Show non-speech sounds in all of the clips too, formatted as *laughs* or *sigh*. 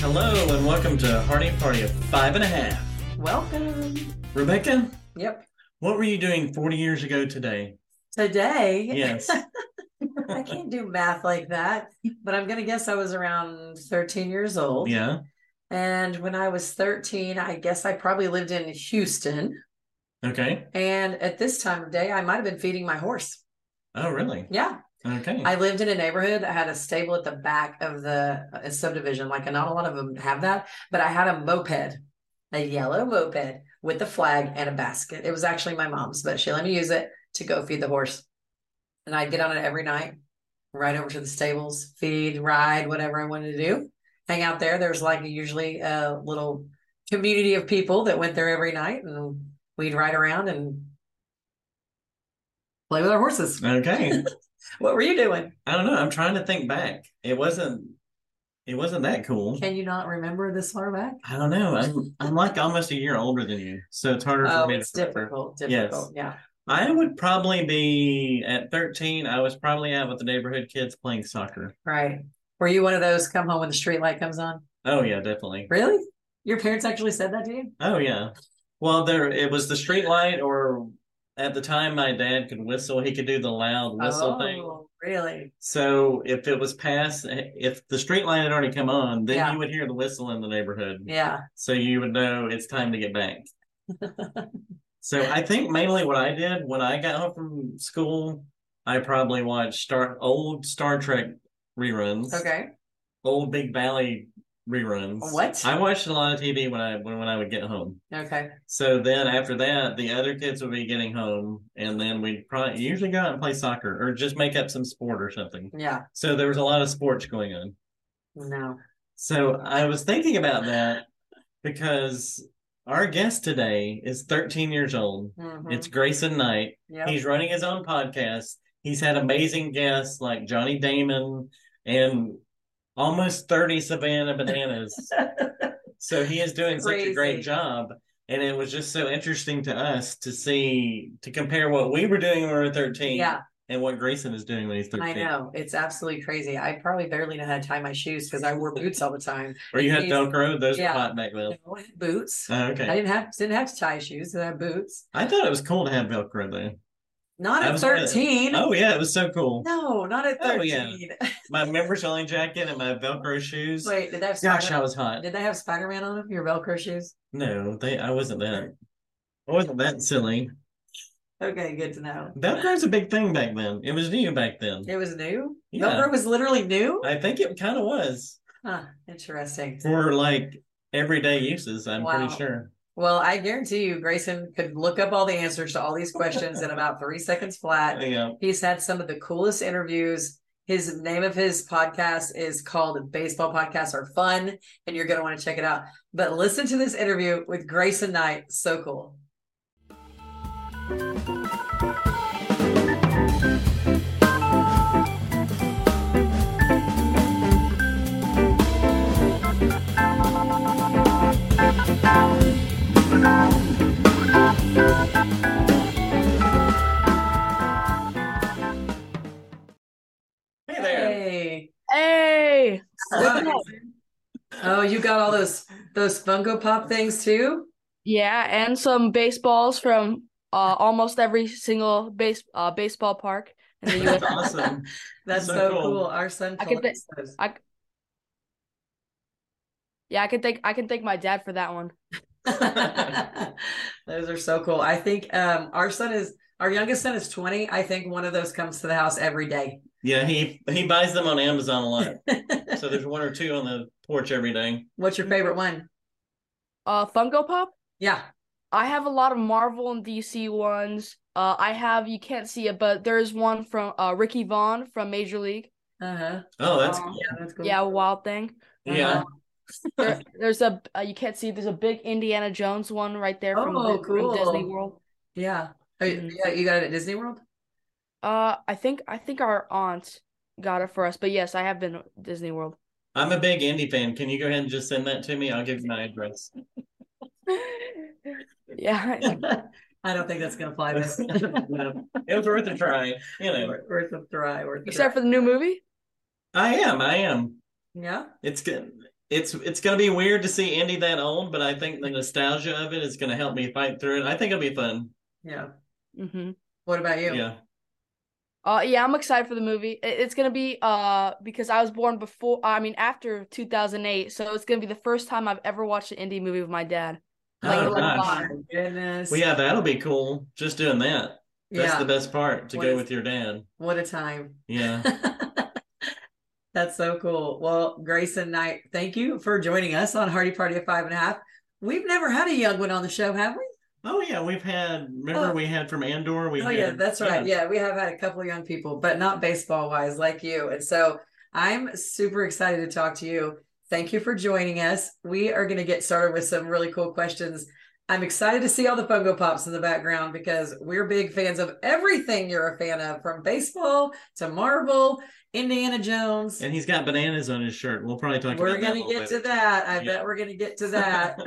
Hello and welcome to Hardy Party of Five and a Half. Welcome. Rebecca, Yep. what were you doing 40 years ago today? Today, Yes. *laughs* I can't do math like that, but I'm going to guess I was around 13 years old. yeah. And when I was 13, I guess I probably lived in Houston. Okay. And at this time of day, I might have been feeding my horse. Oh, really? Yeah. Okay. I lived in a neighborhood that had a stable at the back of the uh, subdivision. Like, not a lot of them have that, but I had a moped, a yellow moped with a flag and a basket. It was actually my mom's, but she let me use it to go feed the horse. And I'd get on it every night, ride over to the stables, feed, ride, whatever I wanted to do, hang out there. There's like usually a little community of people that went there every night, and we'd ride around and play with our horses. *laughs* okay. What were you doing? I don't know. I'm trying to think back. It wasn't it wasn't that cool. Can you not remember this far back? I don't know. I'm I'm like almost a year older than you. So it's harder for Oh, me to it's remember. difficult, Yes. difficult. Yeah. I would probably be at 13, I was probably out with the neighborhood kids playing soccer. Right. Were you one of those come home when the street light comes on? Oh yeah, definitely. Really? Your parents actually said that to you? Oh yeah. Well, there it was the street light, or at the time my dad could whistle. He could do the loud whistle oh, thing. really? So if it was past, if the street light had already come on, then Yeah. you would hear the whistle in the neighborhood. Yeah. So you would know it's time to get *laughs* back. so I think mainly what I did when I got home from school, I probably watched Star old Star Trek reruns, Okay. old Big Valley reruns. What? I watched a lot of TV when I when, when I would get home. Okay. So then after that, the other kids would be getting home, and then we'd probably usually go out and play soccer or just make up some sport or something. Yeah. So there was a lot of sports going on. No. So I was thinking about that because our guest today is 13 years old. Mhm. It's Grayson Knight. Yep. He's running his own podcast. He's had amazing guests like Johnny Damon and almost 30 Savannah *laughs* Bananas. so he is doing such a great Crazy. job. And it was just so interesting to us to see, to compare what we were doing when we were 13 yeah, and what Grayson is doing when he's 13. I know. It's absolutely crazy. I probably barely know how to tie my shoes because I wore boots all *laughs* the time. Or you had He's- Velcro, those yeah. were hot back then. No, I had boots. Oh, I okay. didn't have didn't have to tie shoes. I had boots. I thought it was cool to have Velcro though. Not I at was one of the- thirteen. Oh, yeah, it was so cool. *laughs* No, not at Oh, yeah. thirteen. *laughs* My members only jacket and my Velcro shoes. Wait, did they have Gosh, I Spider- was hot. did they have Spider Man on them? Your Velcro shoes? No, they. I wasn't that. I wasn't that silly. Okay, good to know. Velcro was a big thing back then. It was new back then. It was new. Yeah. Velcro was literally new. I think it kind of was Huh, interesting. for like everyday uses. I'm Wow. pretty sure. Well, I guarantee you, Grayson could look up all the answers to all these questions in about three seconds flat. Yeah. He's had some of the coolest interviews. His name of his podcast is called Baseball Podcasts Are Fun, and you're going to want to check it out. But listen to this interview with Grayson Knight. So cool. Hey there. Hey. Hey, Hello, Grayson. Oh, you got all those those Funko Pop things too? yeah, and some baseballs from uh, almost every single base uh, baseball park in the *laughs* U.S. That's awesome. That's So so, cool. cool. Our son I could collects those. Yeah, I can thank I can thank my dad for that one. Those *laughs* are so cool. I think um our son is our youngest son is 20. I think one of those comes to the house every day. Yeah, he he buys them on Amazon a lot. *laughs* so there's one or two on the porch every day. What's your favorite one? Uh, Funko Pop. Yeah. I have a lot of Marvel and DC ones. Uh, I have you can't see it, but there's one from uh Ricky Vaughn from Major League. Uh-huh. Oh, that's Um, cool. Yeah, that's cool. Uh-huh. Yeah, Wild Thing. Yeah. *laughs* There, there's a uh, you can't see. There's a big Indiana Jones one right there from, Oh, Di- from Disney cool. World. Yeah. Oh, Mhm. yeah, you got it at Disney World? Uh, I think I think our aunt got it for us, but yes, I have been to Disney World. I'm a big indie fan. Can you go ahead and just send that to me? I'll give you my address. *laughs* Yeah, I- I don't think that's gonna fly. *laughs* *laughs* But No, it was worth a try. You know, worth a try. Worth a Except try. for the new movie. I am. I am. yeah. It's good. It's it's gonna be weird to see Indy that old, but I think the nostalgia of it is gonna help me fight through it. I think it'll be fun. Yeah. Mm-hmm. What about you? Yeah. Uh, yeah, I'm excited for the movie. It- It's gonna be uh because I was born before. I mean, after 2008, so it's gonna be the first time I've ever watched an indie movie with my dad. Like, Oh, like, nice. live. goodness. Well, yeah, that'll be cool. Just doing that. That's Yeah. the best part to What go is- with your dad. What a time. *laughs* Yeah. That's so cool. Well, Grayson Knight, thank you for joining us on Hardy Party of Five and a Half. We've never had a young one on the show, have we? Oh yeah, we've had. Remember Oh. we had from Andor. We Oh, had, yeah, that's right. Yeah, we have had a couple of young people, but not baseball wise like you. And so I'm super excited to talk to you. Thank you for joining us. We are going to get started with some really cool questions. I'm excited to see all the Fungo Pops in the background because we're big fans of everything you're a fan of, from baseball to Marvel, Indiana Jones. And he's got bananas on his shirt. We'll probably talk. we're about that a gonna little get bit. to that. I Yeah. bet we're gonna get *laughs* to that.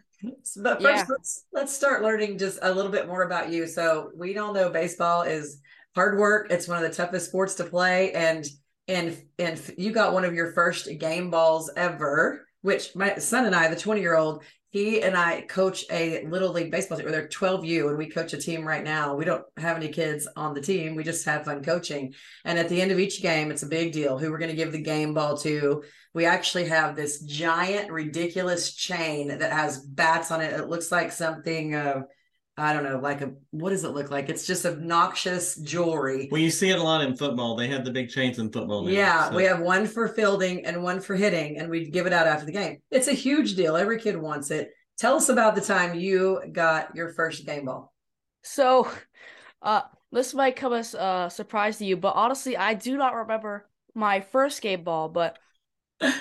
*laughs* Mhm. but first, Yeah. let's let's start learning just a little bit more about you. So we all know baseball is hard work. It's one of the toughest sports to play, and and and you got one of your first game balls ever. Which my son and I, the twenty year old, he and I coach a little league baseball team. Or they're twelve U, and we coach a team right now. We don't have any kids on the team. We just have fun coaching. And at the end of each game, it's a big deal who we're going to give the game ball to. We actually have this giant, ridiculous chain that has bats on it. It looks like something uh, I don't know, like a what does it look like? It's just obnoxious jewelry. Well, you see it a lot in football. They have the big chains in football. now, Yeah, so- we have one for fielding and one for hitting, and we give it out after the game. It's a huge deal. Every kid wants it. Tell us about the time you got your first game ball. So, *laughs* uh, this might come as uh, a surprise to you, but honestly, I do not remember my first game ball, but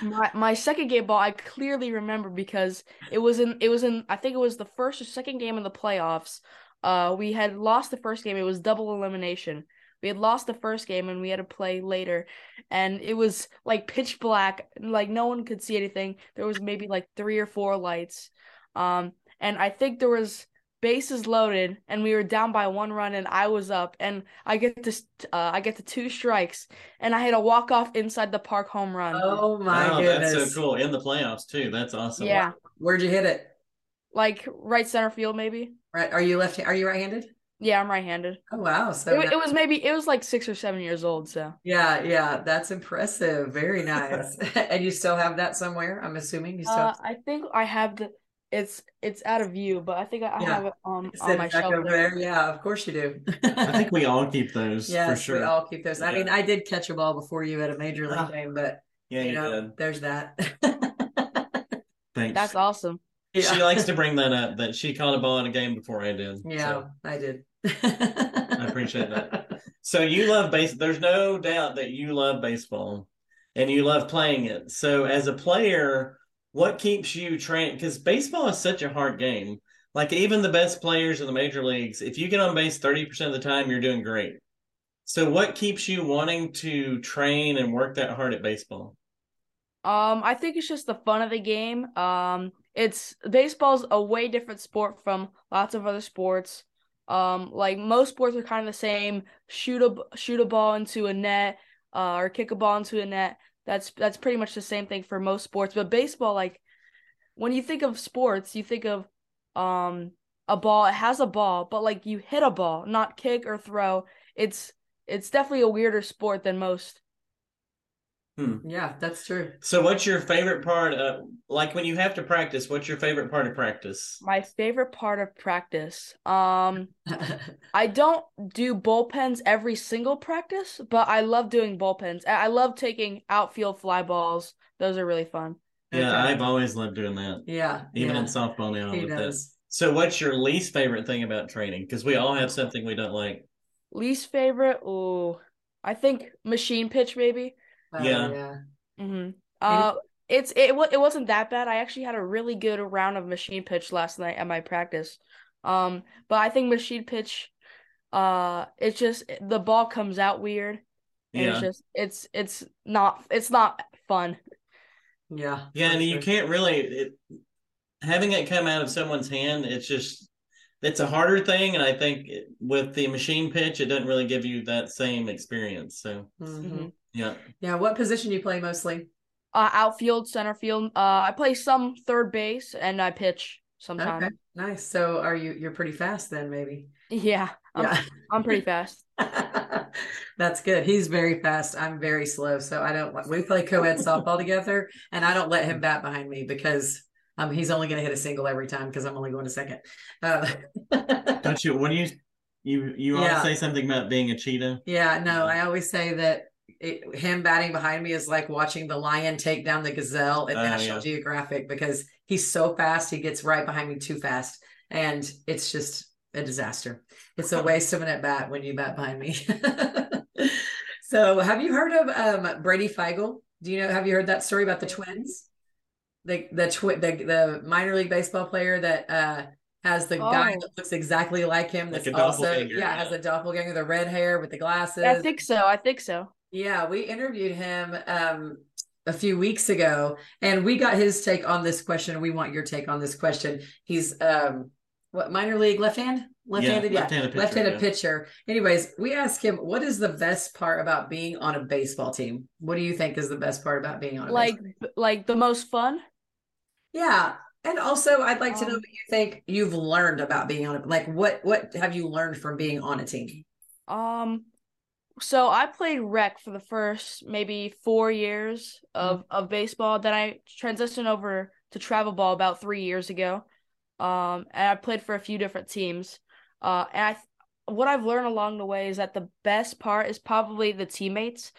my my second game ball I clearly remember because it was in it was in I think it was the first or second game in the playoffs. Uh, we had lost the first game. It was double elimination. We had lost the first game and we had to play later, and it was like pitch black. Like no one could see anything. There was maybe like three or four lights, um, and I think there was bases loaded and we were down by one run and I was up and I get to st- uh, I get to two strikes and I hit a walk off inside the park home run. Oh my oh, goodness. that's so cool in the playoffs too. That's awesome. yeah, Where'd you hit it? like right center field maybe. Right? Are you left? Are you right-handed? Yeah, I'm right-handed. Oh wow! So it, wa- nice. it was maybe it was like six or seven years old. So Yeah, yeah, that's impressive. Very nice. *laughs* And you still have that somewhere, I'm assuming you still uh, I think I have the. It's it's out of view, but I think I, I Yeah. have it um, It's on sitting my back shelf. over there. there. Yeah, of course you do. I *laughs* think we all keep those for Yes, sure. we all keep those. I Yeah. mean, I did catch a ball before you at a major league Ah. game, but yeah, you you know, did. there's that. *laughs* Thanks. That's awesome. She likes *laughs* to bring that up that she caught a ball in a game before I did. Yeah, So, I did. I appreciate that. so you love base. There's no doubt that you love baseball and you love playing it. So as a player, what keeps you training? Because baseball is such a hard game. Like even the best players in the major leagues, if you get on base 30% of the time, you're doing great. So what keeps you wanting to train and work that hard at baseball? Um, I think it's just the fun of the game. Um, it's baseball's a way different sport from lots of other sports. Um, like most sports are kind of the same. Shoot a shoot a ball into a net, uh, or kick a ball into a net. That's that's pretty much the same thing for most sports. But baseball, like when you think of sports, you think of um a ball. It has a ball, but like you hit a ball, not kick or throw. It's it's definitely a weirder sport than most. *laughs* Yeah, that's true. *laughs* So what's your favorite part of like when you have to practice, what's your favorite part of practice? My favorite part of practice. Um, I don't do bullpens every single practice, but I love doing bullpens. I I love taking outfield fly balls. Those are really fun. Yeah, Okay. I've always loved doing that. Yeah, Even yeah, in softball now he with this. does. So what's your least favorite thing about training? Because we all have something we don't like. Least favorite? Ooh, I think machine pitch maybe. Oh, Yeah. yeah. hmm Uh, it's it wa- it wasn't that bad. I actually had a really good round of machine pitch last night at my practice. Um, but I think machine pitch, uh, it's just the ball comes out weird. And Yeah. It's just it's it's not it's not fun. Yeah. Yeah, for and you sure. can't really it, having it come out of someone's hand, it's just it's a harder thing, and I think it- with the machine pitch, it doesn't really give you that same experience. So Mm-hmm. Mhm. yeah, Yeah. What position you play mostly? Uh, outfield, center field. Uh, I play some third base and I pitch sometimes. Okay. Nice. So are you? You're pretty fast then, maybe. *laughs* Yeah, I'm, Yeah. *laughs* I'm pretty fast. That's good. He's very fast. I'm very slow. So I don't, we play co ed softball together and I don't let him bat behind me because um, he's only going to hit a single every time because I'm only going to second. Uh, *laughs* don't you? What do you? You you Yeah. always say something about being a cheetah. yeah, Mm-hmm. no, I always say that it, him batting behind me is like watching the lion take down the gazelle at Oh, National yeah. Geographic because he's so fast. He gets right behind me too fast. And it's just a disaster. It's a waste of an at bat when you bat behind me. *laughs* so, have you heard of um, Brady Feigl? Do you know? Have you heard that story about the twins? The the twi- the, the minor league baseball player that uh, has the guy Oh. that looks exactly like him. Like That's a also doppelganger, yeah yeah. has a doppelganger, the red hair with the glasses. I think so. I think so. Yeah, we interviewed him um, a few weeks ago, and we got his take on this question. We want your take on this question. He's um, what minor league left hand, left-handed, yeah, left-handed pitcher. left-handed yeah. pitcher. Anyways, we asked him, "What is the best part about being on a baseball team? What do you think is the best part about being on a Like, baseball like the most fun. yeah, and also I'd like to know Um, what you think you've learned about being on a like what what have you learned from being on a team? Um, so I played rec for the first maybe four years of of baseball. Then I transitioned over to travel ball about three years ago. Um, and I played for a few different teams. Uh, and I th- what I've learned along the way is that the best part is probably the teammates,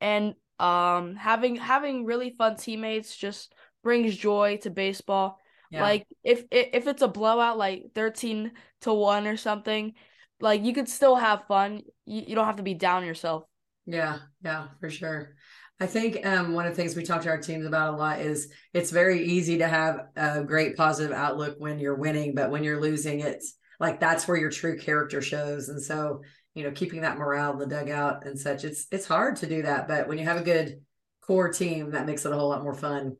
and um, having having really fun teammates just brings joy to baseball. Yeah. Like if, if if it's a blowout like 13 to 1 or something, like you could still have fun. You, you don't have to be down yourself. Yeah, yeah, for sure. I think um, one of the things we talk to our teams about a lot is it's very easy to have a great positive outlook when you're winning, but when you're losing, it's like that's where your true character shows. And so, you know, keeping that morale in the dugout and such, it's it's hard to do that, but when you have a good core team, that makes it a whole lot more fun.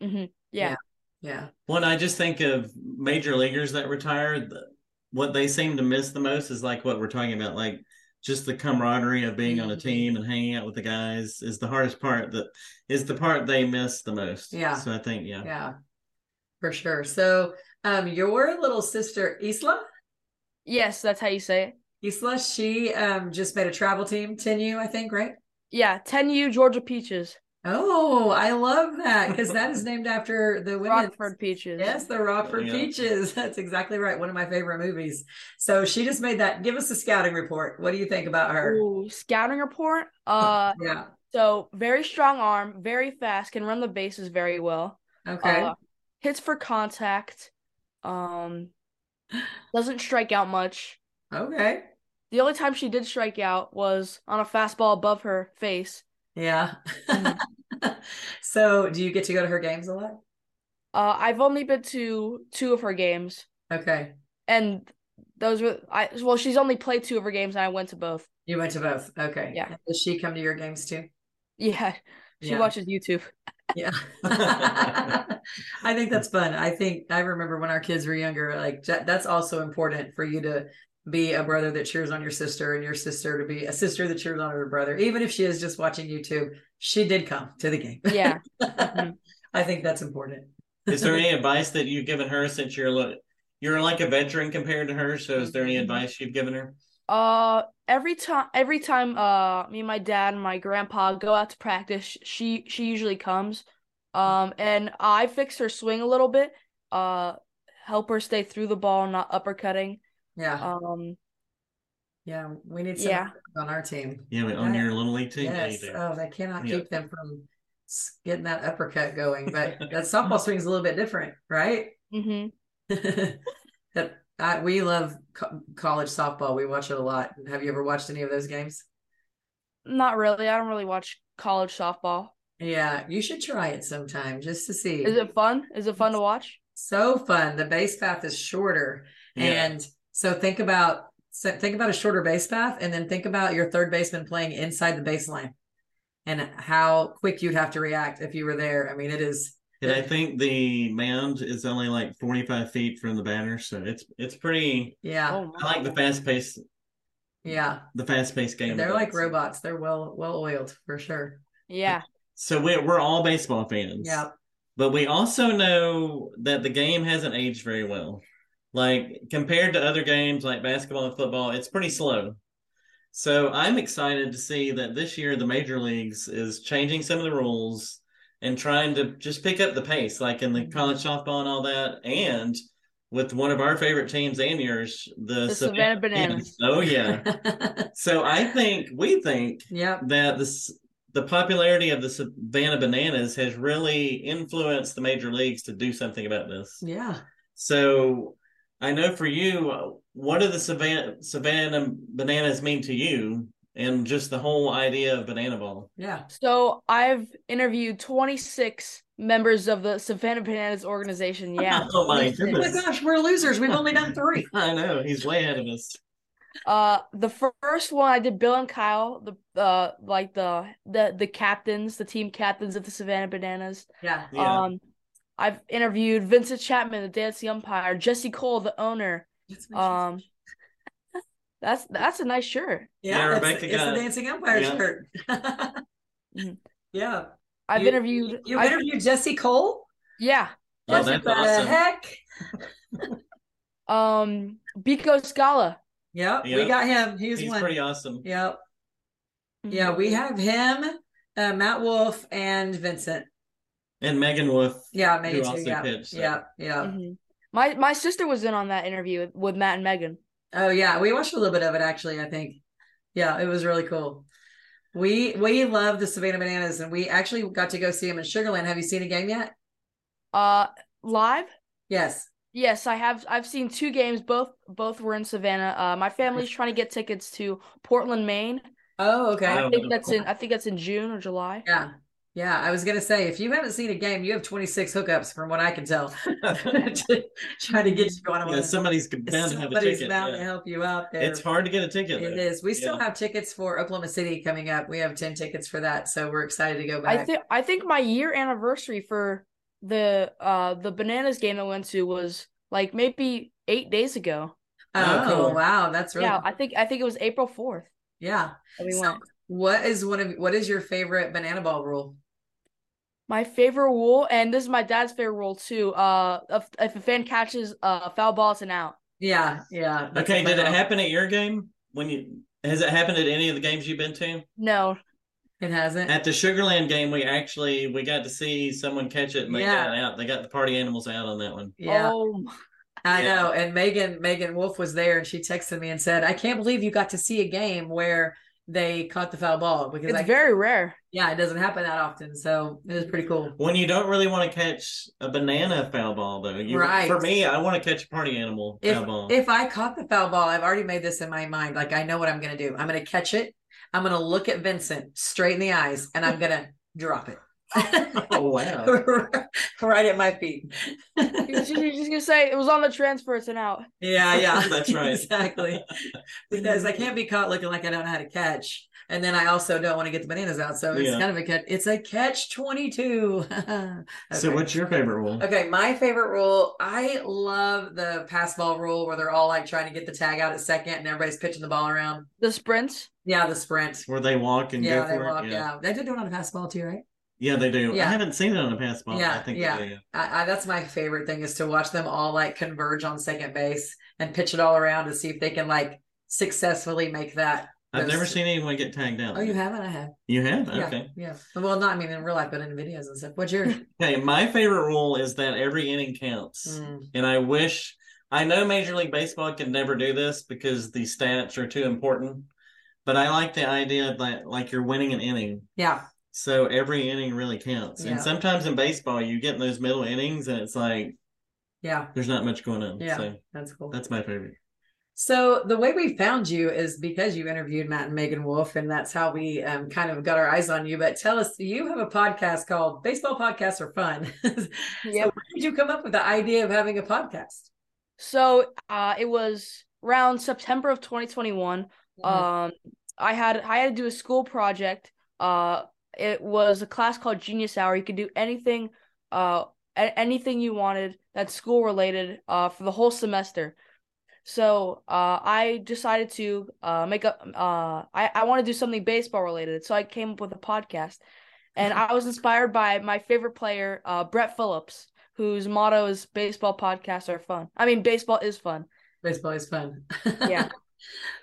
hmm Yeah. Yeah. One, I just think of major leaguers that retire. th- What they seem to miss the most is like what we're talking about, like just the camaraderie of being on a Mhm. team and hanging out with the guys is the hardest part. That is the part they miss the most. Yeah. So I think yeah. Yeah. For sure. So, um your little sister Isla, Yes, that's how you say it. Isla, she um just made a travel team, 10U, I think, right? Yeah, 10U Georgia Peaches, Oh, I love that because that is named after the women. Rockford Peaches. Yes, the Rockford Yeah. Peaches. *laughs* That's exactly right. One of my favorite movies. So she just made that. Give us a scouting report. What do you think about her? Ooh, scouting report. Uh, Yeah. so very strong arm, very fast, can run the bases very well. Okay. Uh, hits for contact. Um, doesn't strike out much. okay. The only time she did strike out was on a fastball above her *laughs* face. Yeah. Mhm. So do you get to go to her games a lot? Uh, I've only been to two of her games, Okay. and those were I. Well, she's only played two of her games, and I went to both. *laughs* You went to both. Okay. Yeah. And Does she come to your games too? Yeah, she Yeah. *laughs* watches YouTube. Yeah. *laughs* I think that's fun. I think I remember when our kids were younger, like that, that's also important for you to be a brother that cheers on your sister and your sister to be a sister that cheers on her brother. Even if she is just watching YouTube, she did come to the game. Yeah, *laughs* Mm-hmm. Mm-hmm. I think that's important. Is *laughs* there any advice that you've given her since you're like you're like a veteran compared to her? So is there any Mhm. advice you've given her? Uh, every time, every time, uh, me and my dad and my grandpa go out to practice, she she usually comes. Um, and I fix her swing a little bit. Uh, help her stay through the ball, not uppercutting. Yeah. Um, Yeah. We need some yeah. on our team. Yeah, on your little league team. Yeah, you Yes. do. Oh, they cannot Yeah. keep them from s- getting that uppercut going. But that *laughs* softball swing's a little bit different, right? hmm *laughs* that I, we love co- college softball. We watch it a lot. Have you ever watched any of those games? Not really. I don't really watch college softball. Yeah, you should try it sometime just to see. Is it fun? Is it fun to watch? so fun? The base path is shorter, Yeah. and so think about so think about a shorter base path, and then think about your third baseman playing inside the baseline, and how quick you'd have to react if you were there. I mean, it is. And I think the mound is only like 45 feet from the batter, so it's it's pretty. Yeah. Oh, I like the wow. fast pace, Yeah. the fast paced game. They're of like it. robots. They're well well oiled for sure. Yeah. So we're we're all baseball fans. Yeah. But we also know that the game hasn't aged very well. Like compared to other games like basketball and football, it's pretty slow. So I'm excited to see that this year the major leagues is changing some of the rules and trying to just pick up the pace, like in Mm-hmm. the college softball and all that, and with one of our favorite teams and yours, the, The Savannah Bananas. Oh *laughs* yeah. so I think we think yep. that this the popularity of the Savannah Bananas has really influenced the major leagues to do something about this. Yeah. So I know for you, uh, what do the Savannah, Savannah Bananas mean to you, and just the whole idea of banana ball? Yeah. So I've interviewed 26 members of the Savannah Bananas *laughs* organization. Yeah. *laughs* Oh my 26. Oh my goodness! gosh, we're losers. We've only done three. I know he's way ahead of us. Uh, the first one I did Bill and Kyle, the uh, like the the the captains, the team captains of the Savannah Bananas. Yeah. Yeah, Um, I've interviewed Vincent Chapman, the dancing umpire, Jesse Cole, the owner. That's my choice. Um, that's that's a nice shirt. Yeah, yeah, it's, Rebecca it's the got- Dancing Empire yeah. shirt. *laughs* Mhm. yeah. I've You- interviewed. You I've- interviewed Jesse Cole? yeah. oh, that's what the awesome. heck? Um, Bico Scala. Yep, we Yep. got him. He's, He's one. pretty awesome. Yep. Mm-hmm. Yeah, we have him, uh, Matt Wolf, and Vincent. And Megan Wolf. Yeah, maybe Who two. also Yeah. pitched, so. yeah. Yeah. Mhm. My my sister was in on that interview with Matt and Megan. Oh yeah, we watched a little bit of it actually, I think. Yeah, it was really cool. We we love the Savannah Bananas and we actually got to go see them in Sugarland. Have you seen a game yet? Uh, live. Yes. Yes, I have. I've seen two games. Both both were in Savannah. Uh, my family's trying to get tickets to Portland, Maine. Oh, okay. Oh. I think that's in. I think that's in June or July. Yeah. Yeah, I was gonna say if you haven't seen a game, you have 26 hookups from what I *laughs* can tell. *laughs* Trying to get you on a Yeah, somebody's bound to have a somebody's ticket. bound to yeah. help you out there. It's hard to get a ticket. It though. is. We still Yeah. have tickets for Oklahoma City coming up. We have 10 tickets for that. So we're excited to go I back. think I think my year anniversary for the uh the bananas game I went to was like maybe eight days ago. Oh, oh, cool. wow. That's really Yeah, cool. I think I think it was April fourth. yeah. We So- went. What is one of what is your favorite banana ball rule? My favorite rule, and this is my dad's favorite rule too. Uh, if, if a fan catches a foul ball, it's an out. Yeah, yeah. that's Okay, my did it vote. happen at your game? When you has it happened at any of the games you've been to? No, It hasn't. At the Sugarland game, we actually we got to see someone catch it and they Yeah. got it out. They got the party animals out on that one. yeah, Oh, I yeah. know. And Megan Megan Wolf was there and she texted me and said, I can't believe you got to see a game where they caught the foul ball because it's I very rare. yeah, it doesn't happen that often. So it was pretty cool. When you don't really want to catch a banana foul ball, though, you, Right. For me, I want to catch a party animal If foul ball. if I caught the foul ball, I've already made this in my mind. Like I know what I'm gonna do. I'm gonna catch it. I'm gonna look at Vincent straight in the eyes and I'm gonna drop it. *laughs* oh *laughs* wow! right at my feet. *laughs* He was just, he was just gonna say it was on the transfer. It's an out. Yeah, yeah. *laughs* That's right. Exactly. Because I can't be caught looking like I don't know how to catch. And then I also don't want to get the bananas out. So it's Yeah. kind of a catch. It's a catch *laughs* 22. So, Okay. what's your favorite rule? Okay, my favorite rule. I love the pass ball rule where they're all like trying to get the tag out at second and everybody's pitching the ball around. The sprints. Yeah, the sprint. Where they walk and Yeah, go they for walk. it. Yeah. Yeah. They did do it on a pass ball too, right? Yeah, they do. Yeah. I haven't seen it on a pass ball. Yeah, I think yeah. They, do. I, I, that's my favorite thing is to watch them all like converge on second base and pitch it all around to see if they can like successfully make that. I've Those- never seen anyone get tagged out. Oh, you haven't? I have. You have? Yeah, Okay. yeah. Well, not I mean in real life, but in videos and stuff. What's yours? Okay. My favorite rule is that every inning counts. Mm, And I wish I know Major League Baseball can never do this because the stats are too important. But I like the idea that like you're winning an inning. yeah, So every inning really counts. Yeah. And sometimes in baseball you get in those middle innings and it's like yeah, there's not much going on. Yeah. So that's cool. that's my favorite. So the way we found you is because you interviewed Matt and Megan Wolf, and that's how we um, kind of got our eyes on you. But tell us, you have a podcast called Baseball Podcasts Are Fun. *laughs* Yep. Where did you come up with the idea of having a podcast? So uh, it was around September of 2021. Um, I had I had to do a school project. Uh, it was a class called Genius Hour. You could do anything. Uh, a- anything you wanted that's school related uh, for the whole semester. So uh, I decided to uh, make up. Uh, I I want to do something baseball related, so I came up with a podcast, and I was inspired by my favorite player, uh, Brett Phillips, whose motto is "Baseball podcasts are fun." I mean, baseball is fun. Baseball is fun. *laughs* Yeah.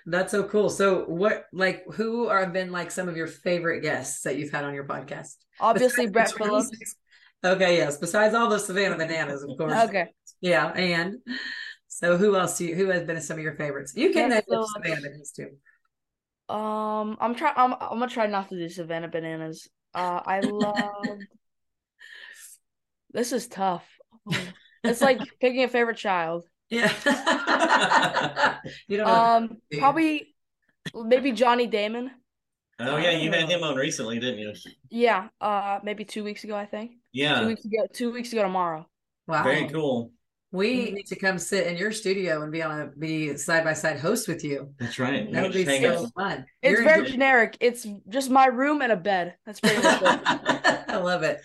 That's so cool. So what like who are been like some of your favorite guests that you've had on your podcast? Obviously, Brett Besides the Phillips. Twins. Okay, yes. Besides all those Savannah bananas, of course. Okay. Yeah, and so who else do you, who has been some of your favorites? You can Brett name Phillips. Savannah bananas too. Um, I'm trying. I'm I'm gonna try not to do Savannah Bananas. Uh, I love. *laughs* this is tough. Oh. It's like picking a favorite child. *laughs* yeah. *laughs* you don't know. Um, Oh, Yeah. probably maybe Johnny Damon. Oh yeah, you had him on recently, didn't you? Yeah. Uh, maybe two weeks ago, I think. Two Uh. Yeah, weeks ago. Two weeks ago tomorrow. wow. very cool. We need to come sit in your studio and be on a be side by side host with you. That's right. That would We be just hang so out. fun. It's You're very enjoying- generic. It's just my room and a bed. That's pretty much it. *laughs* I love it.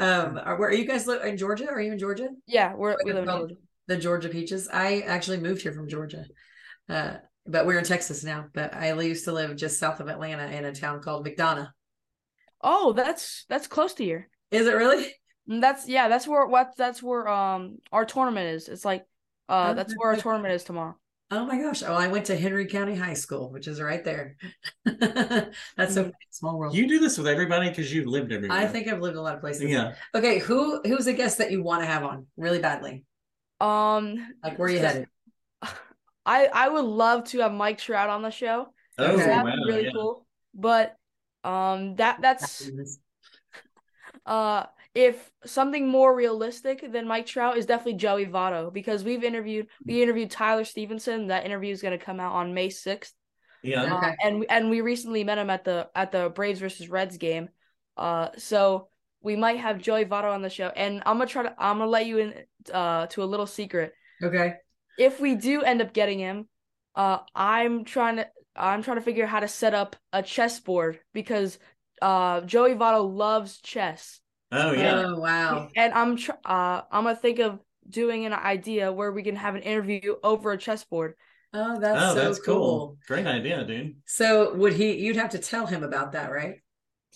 Um, are, where are you guys li- in Georgia? Are you in Georgia? Yeah, we're we live in Well, Georgia. The Georgia peaches. I actually moved here from Georgia, uh, but we're in Texas now. But I li- used to live just south of Atlanta in a town called McDonough. Oh, that's that's close to here. Is it really? *laughs* And That's yeah, that's where what that's where um our tournament is. It's like uh Oh, that's *laughs* where our okay. tournament is tomorrow. Oh my gosh! Well, I went to Henry County High School, which is right there. *laughs* That's so funny. small world. Mm. You do this with everybody because you've lived everywhere. I think I've lived a lot of places. Yeah. Okay, who who's a guest that you want to have on really badly? Um Like where are you Just- headed? *laughs* I I would love to have Mike Trout on the show. Oh Okay. That'd wow. be really yeah. cool. But um that that's uh if something more realistic than Mike Trout is definitely Joey Votto because we've interviewed we interviewed Tyler Stevenson. That interview is going to come out on May 6th. Yeah. Uh, Okay. and we, and we recently met him at the at the Braves versus Reds game. Uh, so we might have Joey Votto on the show, and I'm gonna try to I'm gonna let you in uh to a little secret. Okay. If we do end up getting him, uh, I'm trying to I'm trying to figure out how to set up a chessboard because uh Joey Votto loves chess, Oh yeah. Oh wow. and I'm tr- uh I'm gonna think of doing an idea where we can have an interview over a chessboard. *laughs* Oh, that's oh, so that's cool. cool. Great idea, dude. So would he you'd have to tell him about that, right?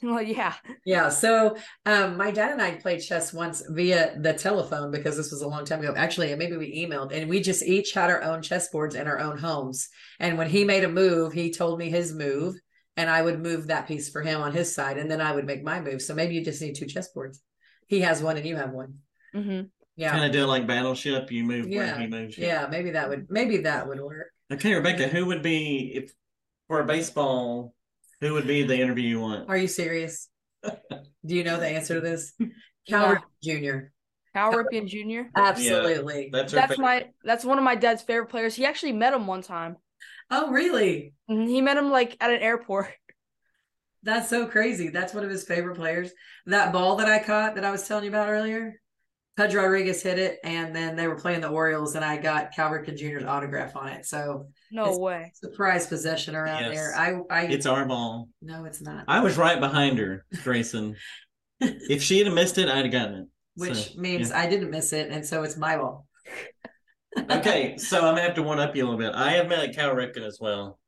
Well, yeah, Yeah. So um my dad and I played chess once via the telephone because this was a long time ago. Actually, and maybe we emailed and we just each had our own chessboards in our own homes. And when he made a move, he told me his move and I would move that piece for him on his side and then I would make my move. So maybe you just need two chessboards. He has one and you have one. hmm Yeah. Kind of do like battleship. You move Yeah. where he moves. you. Yeah, maybe that would maybe that would work. Okay, Rebecca. Who would be if for a baseball? Who would be the interview you want? Are you serious? Do you know the answer to this? Cal Ripken Jr. Cal Ripken Jr. Absolutely. That's, her That's favorite. my that's one of my dad's favorite players. He actually met him one time. Oh, really? Mhm, He met him like at an airport. *laughs* That's so crazy. That's one of his favorite players. That ball that I caught that I was telling you about earlier, Pedro Rodriguez hit it, and then they were playing the Orioles, and I got Cal Ripken Jr.'s autograph on it. So No It's- way. surprise possession around Yes. there. I, I It's our ball. no, it's not. I was right behind her, *laughs* Grayson. if she had missed it, I'd have gotten it. Which So, means I didn't miss it, and so it's my ball. Okay, so I'm gonna have to one up you a little bit. I have met Cal Ripken as well.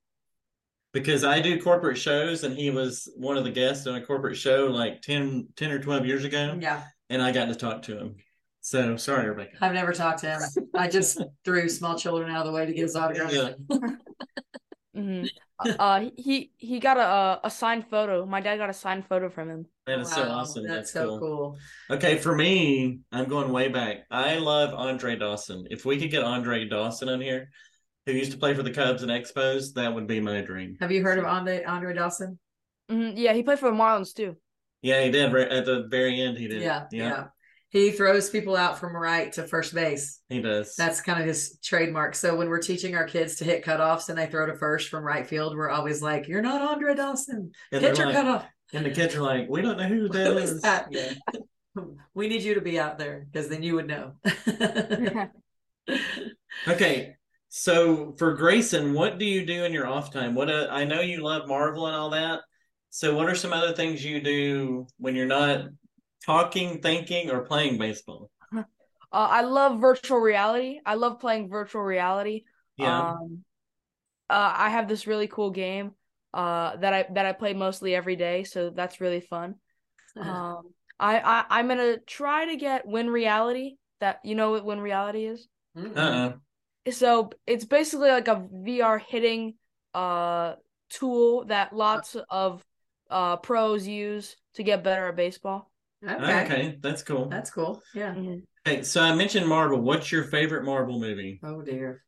Because I do corporate shows and he was one of the guests on a corporate show like 10, 10 or 12 years ago, Yeah. and I got to talk to him. So sorry, Rebecca. I've never talked to him. I *laughs* just threw small children out of the way to get his autograph. Yeah. Mhm. *laughs* uh, he he got a uh, a signed photo. My dad got a signed photo from him. That is so Wow, awesome. That's, so cool. Okay, for me, I'm going way back. I love Andre Dawson. If we could get Andre Dawson on here, who used to play for the Cubs and Expos, that would be my dream. Have you heard of Andre, Andre Dawson? Mhm, Yeah, he played for the Marlins too. Yeah, he did. Right at the very end, he did. Yeah, yeah, yeah. He throws people out from right to first base. he does. That's kind of his trademark. So when we're teaching our kids to hit cutoffs and they throw to first from right field, we're always like, "You're not Andre Dawson. and, they're Hit your like- cutoff. *laughs* and the kids are like, we don't know who that Who is. is that?" Yeah. We need you to be out there because then you would *laughs* know." Uh, Okay, so for Grayson, what do you do in your off time? What uh, I know you love Marvel and all that. So what are some other things you do when you're not talking, thinking, or playing baseball? Uh, I love virtual reality. I love playing virtual reality. Yeah. Um, uh, I have this really cool game uh, that I that I play mostly every day, so that's really fun. Oh. Um, I, I I'm gonna try to get Win Reality. That you know what Win Reality is. Mm. uh So it's basically like a VR hitting uh tool that lots of uh pros use to get better at baseball. Okay. okay. That's cool. That's cool. Yeah. Okay, so I mentioned Marvel. What's your favorite Marvel movie? Oh dear.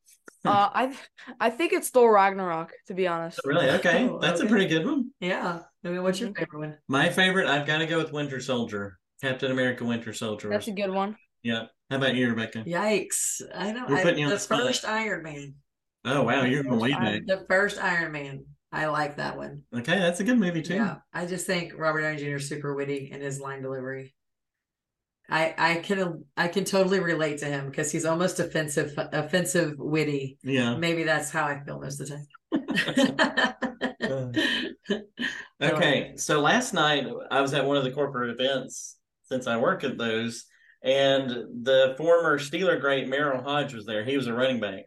Uh, I th- I think it's Thor Ragnarok to be honest. *laughs* Really? Okay. Oh, That's a okay. pretty good one. Yeah. I mean, what's your favorite one? My favorite, I've got to go with Winter Soldier. Captain America Winter Soldier. That's a good one. yeah. How about you, Rebecca? Yikes! I don't. We're I, putting you on the the spot. first Iron Man. Oh, wow. You're going way back. The first Iron Man. I like that one. Okay. That's a good movie, too. Yeah, I just think Robert Downey Jr. is super witty in his line delivery. I I can I can totally relate to him because he's almost offensive offensive witty. *laughs* Yeah. Maybe that's how I feel most of the *laughs* Uh, time. Okay, so last night I was at one of the corporate events since I work at those, and the former Steeler great Merrill Hodge was there. He was a running back,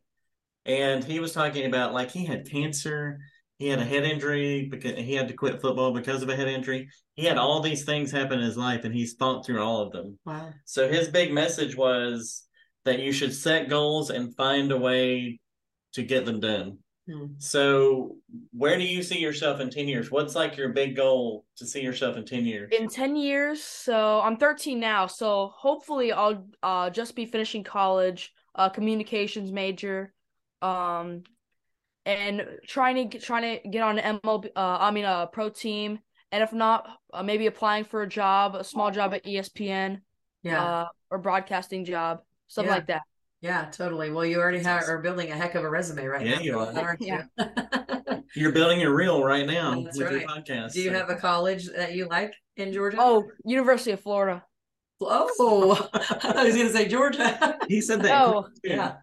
and he was talking about like he had cancer, he had a head injury because he had to quit football because of a head injury. He had all these things happen in his life, and he's fought through all of them. wow. So his big message was that you should set goals and find a way to get them done. Hmm. So, where do you see yourself in 10 years? What's like your big goal to see yourself in 10 years? In 10 years, so I'm 13 now, so hopefully I'll uh just be finishing college, uh communications major, um and trying to get, trying to get on an MLB uh I mean a pro team and if not uh, maybe applying for a job, a small job at E ESPN Yeah. uh or broadcasting job, something Yeah. like that. yeah. Totally. Well, you already have Awesome. are building a heck of a resume right Yeah, now, you are. aren't *laughs* Yeah. you? You're building your reel right now That's with your right. podcast. Do you so- have a college that you like in Georgia? Oh, University of Florida. oh! *laughs* I thought he was going to say Georgia. he said that. Oh, quick, too. yeah.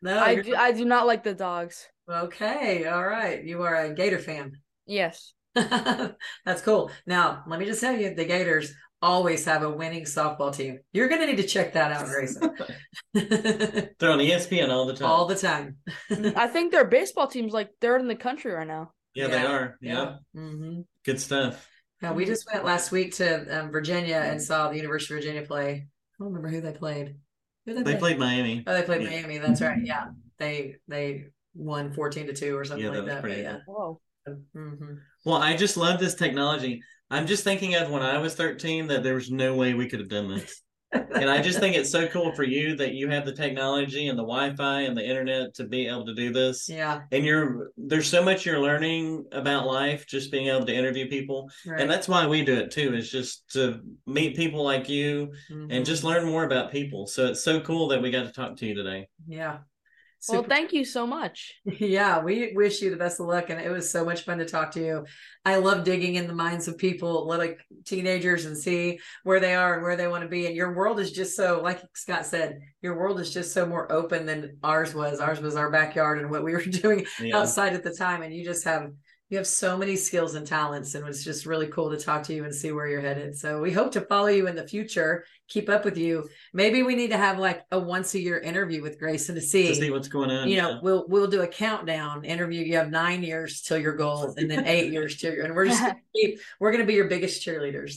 No, I you're- do I do not like the dogs. Okay, all right. You are a Gator fan. *laughs* Yes. That's cool. Now, let me just tell you, the Gators always have a winning softball team. You're going to need to check that *laughs* out, Grayson. *laughs* They're on E ESPN all the time. All the time. I think their baseball team's like third in the country right now. yeah, they yeah, are. Yeah. Mm-hmm. hmm Good stuff. Now, we just went last week to um, Virginia and saw the University of Virginia play. I don't remember who they played. Who They played Miami. Oh, they played Yeah. Mm-hmm. Miami. That's right. Yeah, they they won fourteen to two or something Yeah, that like that. was But pretty yeah. Whoa. hmm Well, I just love this technology. I'm just thinking of when I was 13 that there was no way we could have done this. and I *laughs* just think it's so cool for you that you have the technology and the Wi Fi and the internet to be able to do this. Yeah. and you're there's so much you're learning about life just being able to interview people Right. and that's why we do it too is just to meet people like you Mhm. and just learn more about people so it's so cool that we got to talk to you today yeah. Well, Super- thank you so much. Yeah, we wish you the best of luck, and it was so much fun to talk to you. I love digging in the minds of people, like teenagers, and see where they are and where they want to be. And your world is just so, like Scott said, your world is just so more open than ours was. Ours was our backyard and what we *laughs* were doing yeah outside at the time. And you just have you have so many skills and talents, and it's just really cool to talk to you and see where you're headed. So we hope to follow you in the future, keep up with you. Maybe we need to have like a once a year interview with Grayson to see to see what's going on you know, we'll we'll do a countdown interview. You have nine years till your goal, and then *laughs* eight years till your. And we're just gonna keep, we're going to be your biggest cheerleaders.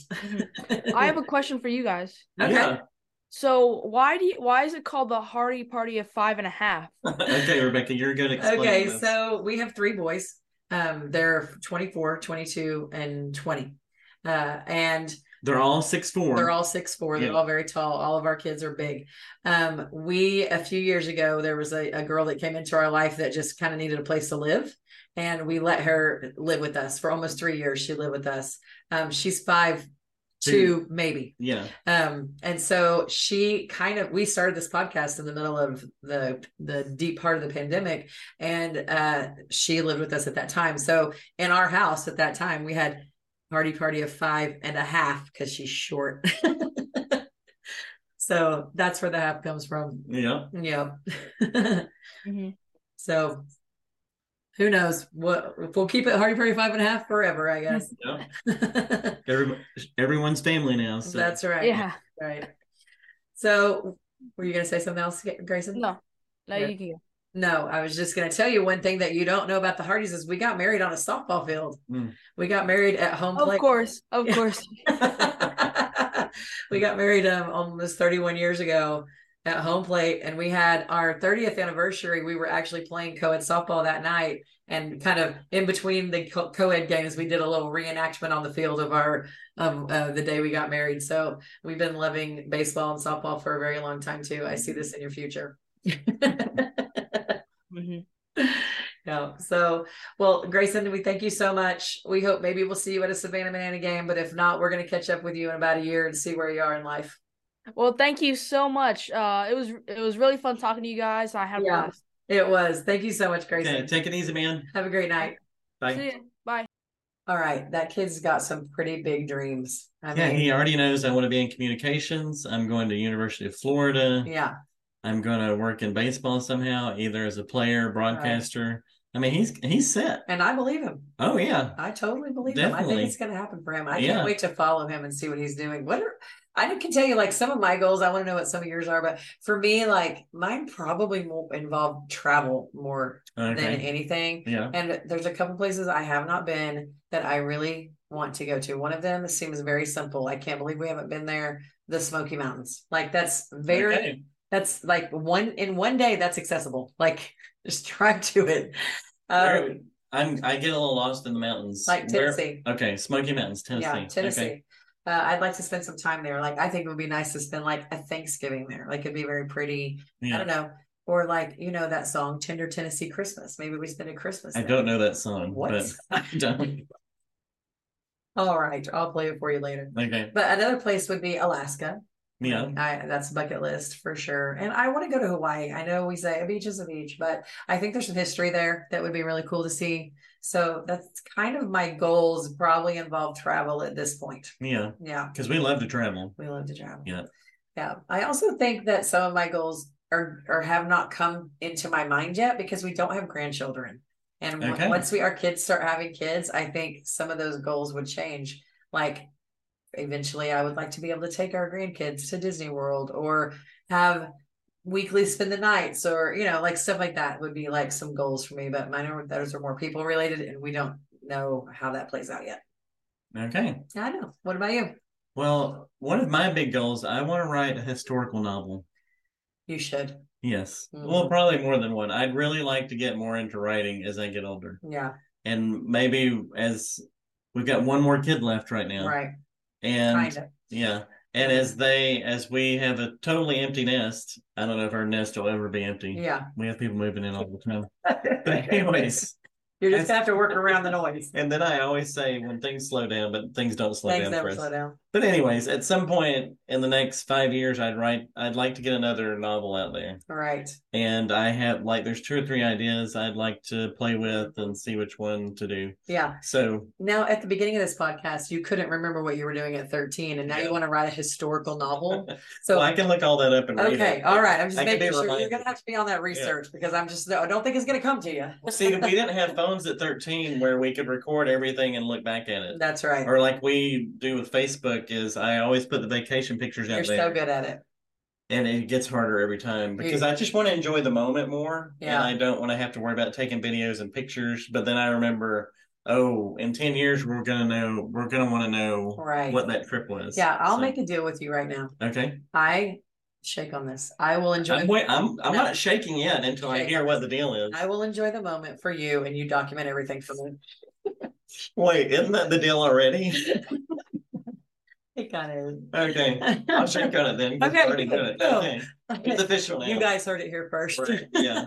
*laughs* I *laughs* have a question for you guys. okay. yeah *laughs* So why do you, why is it called the Hardy Party of five and a half? okay rebecca you're good at explaining okay, this. so we have three boys. Um, they're 24, 22, and 20. Uh, and they're all six four They're all six four. They're Yeah. all very tall. All of our kids are big. Um, we a few years ago there was a, a girl that came into our life that just kind of needed a place to live, and we let her live with us for almost three years. She lived with us. Um, she's five two Two. maybe yeah um and so she kind of we started this podcast in the middle of the the deep part of the pandemic and uh she lived with us at that time so in our house at that time we had party party of five and a half because she's short *laughs* so that's where the half comes from yeah yeah Mhm. *laughs* so who knows what we'll keep it hardy party five and a half forever i guess yeah *laughs* Every, everyone's family now so that's right Yeah. Right. So Were you going to say something else, Grayson? No, no, Yeah. you can go. No, I was just going to tell you one thing that you don't know about the Hardys is we got married on a softball field. Mm. We got married at home plate. Of course, of Yeah. course. *laughs* we got married um, almost 31 years ago at home plate and we had our 30th anniversary we were actually playing co-ed softball that night and kind of in between the co- co-ed games we did a little reenactment on the field of our um, uh, the day we got married so we've been loving baseball and softball for a very long time too i see this in your future *laughs* hmm No. So, well, Grayson, we thank you so much. We hope maybe we'll see you at a Savannah Banana game, but if not, we're going to catch up with you in about a year and see where you are in life. Well, thank you so much. Uh, it was it was really fun talking to you guys. I had a Yeah. blast. It was. Thank you so much, Okay, Grayson. take it easy, man. Have a great night. Bye. See ya. Bye. All right. That kid's got some pretty big dreams. I Yeah, mean, he uh, already knows I want to be in communications. I'm going to University of Florida. yeah. I'm going to work in baseball somehow, either as a player, broadcaster. I mean, he's he's set. And I believe him. Oh yeah, I totally believe him. I Definitely. think it's going to happen for him. I Yeah. can't wait to follow him and see what he's doing. What are, I can tell you, like some of my goals, I want to know what some of yours are, but for me, like mine probably will involve travel more than okay, anything. yeah, And there's a couple places I have not been that I really want to go to. One of them seems very simple. I can't believe we haven't been there. The Smoky Mountains. Like that's very Okay. that's like one in one day that's accessible. Like *laughs* just drive to it. Um, Very- I'm I get a little lost in the mountains. like Where- Tennessee. okay, Smoky Mountains, Tennessee. Yeah, Tennessee. Okay. Uh, I'd like to spend some time there. Like I think it would be nice to spend like a Thanksgiving there. Like it'd be very pretty. I Yeah, don't know. Or like, you know, that song Tender Tennessee Christmas. Maybe we spend a Christmas. I there. don't know that song, What? but *laughs* I don't. All right. I'll play it for you later. Okay, But another place would be Alaska. yeah, I, that's bucket list for sure. And I want to go to Hawaii. I know we say a beach is a beach, but I think there's some history there that would be really cool to see. So that's kind of my goals, probably involve travel at this point. yeah, Yeah, because we love to travel. we love to travel. Yeah. Yeah. I also think that some of my goals are or have not come into my mind yet because we don't have grandchildren. And w- Okay. once we our kids start having kids, I think some of those goals would change. Like eventually I would like to be able to take our grandkids to Disney World or have weekly spend the nights or you know like stuff like that would be like some goals for me but mine are those are more people related and we don't know how that plays out yet Okay. i know what about you Well, one of my big goals, I want to write a historical novel. you should Yes. Mhm. Well, probably more than one. I'd really like to get more into writing as I get older. yeah And maybe as we've got one more kid left right now. right And kind of yeah. And as they as we have a totally empty nest, I don't know if our nest will ever be empty. yeah We have people moving in all the *laughs* time. But anyways, You're just gonna have to work *laughs* around the noise. and then I always say when things slow down, but things don't slow Things down for never us. slow down. But anyways, at some point in the next five years, I'd write. I'd like to get another novel out there, All right. and I have like there's two or three ideas I'd like to play with and see which one to do. Yeah. So Now, at the beginning of this podcast, you couldn't remember what you were doing at 13, and now Yeah. you want to write a *laughs* historical novel. So, well, I can look all that up and read okay, it. all right. I'm just I can making be sure you're reminded. gonna have to be on that research because I'm just I don't think it's gonna come to you. See, we didn't have phones at 13 where we could record everything and look back at it, *laughs* That's right. or like we do with Facebook. Is I always put the vacation pictures out You're there, so good at it. and it gets harder every time because You- I just want to enjoy the moment more. Yeah. And I don't want to have to worry about taking videos and pictures. But then I remember, oh, in 10 years, we're going to know, we're going to want to know Right. what that trip was. Yeah, I'll So, make a deal with you right now. Okay. I shake on this. I will enjoy. I'm, wait, I'm, I'm No. not shaking yet until I Shake. hear what the deal is. I will enjoy the moment for you, and you document everything for me. Wait, isn't that the deal already? It kind *laughs* Okay. of. *laughs* I'll shake on it then. 'cause Okay, I already good. done it. No. Okay. *laughs* It's official now. You guys heard it here *laughs* first. *laughs* Right. Yeah.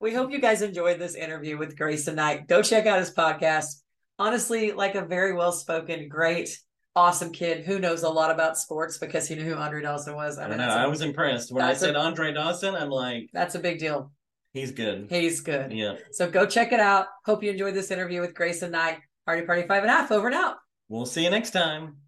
We hope you guys enjoyed this interview with Grace tonight. Go check out his podcast. Honestly, like a very well spoken, great, awesome kid who knows a lot about sports because he knew who Andre Dawson was. I I mean, know. that's, I a, was impressed when I that's a- said Andre Dawson. I'm like, that's a big deal. he's good. He's good. Yeah. So go check it out. Hope you enjoyed this interview with Grace tonight. Party Party Five and a Half over and out. We'll see you next time.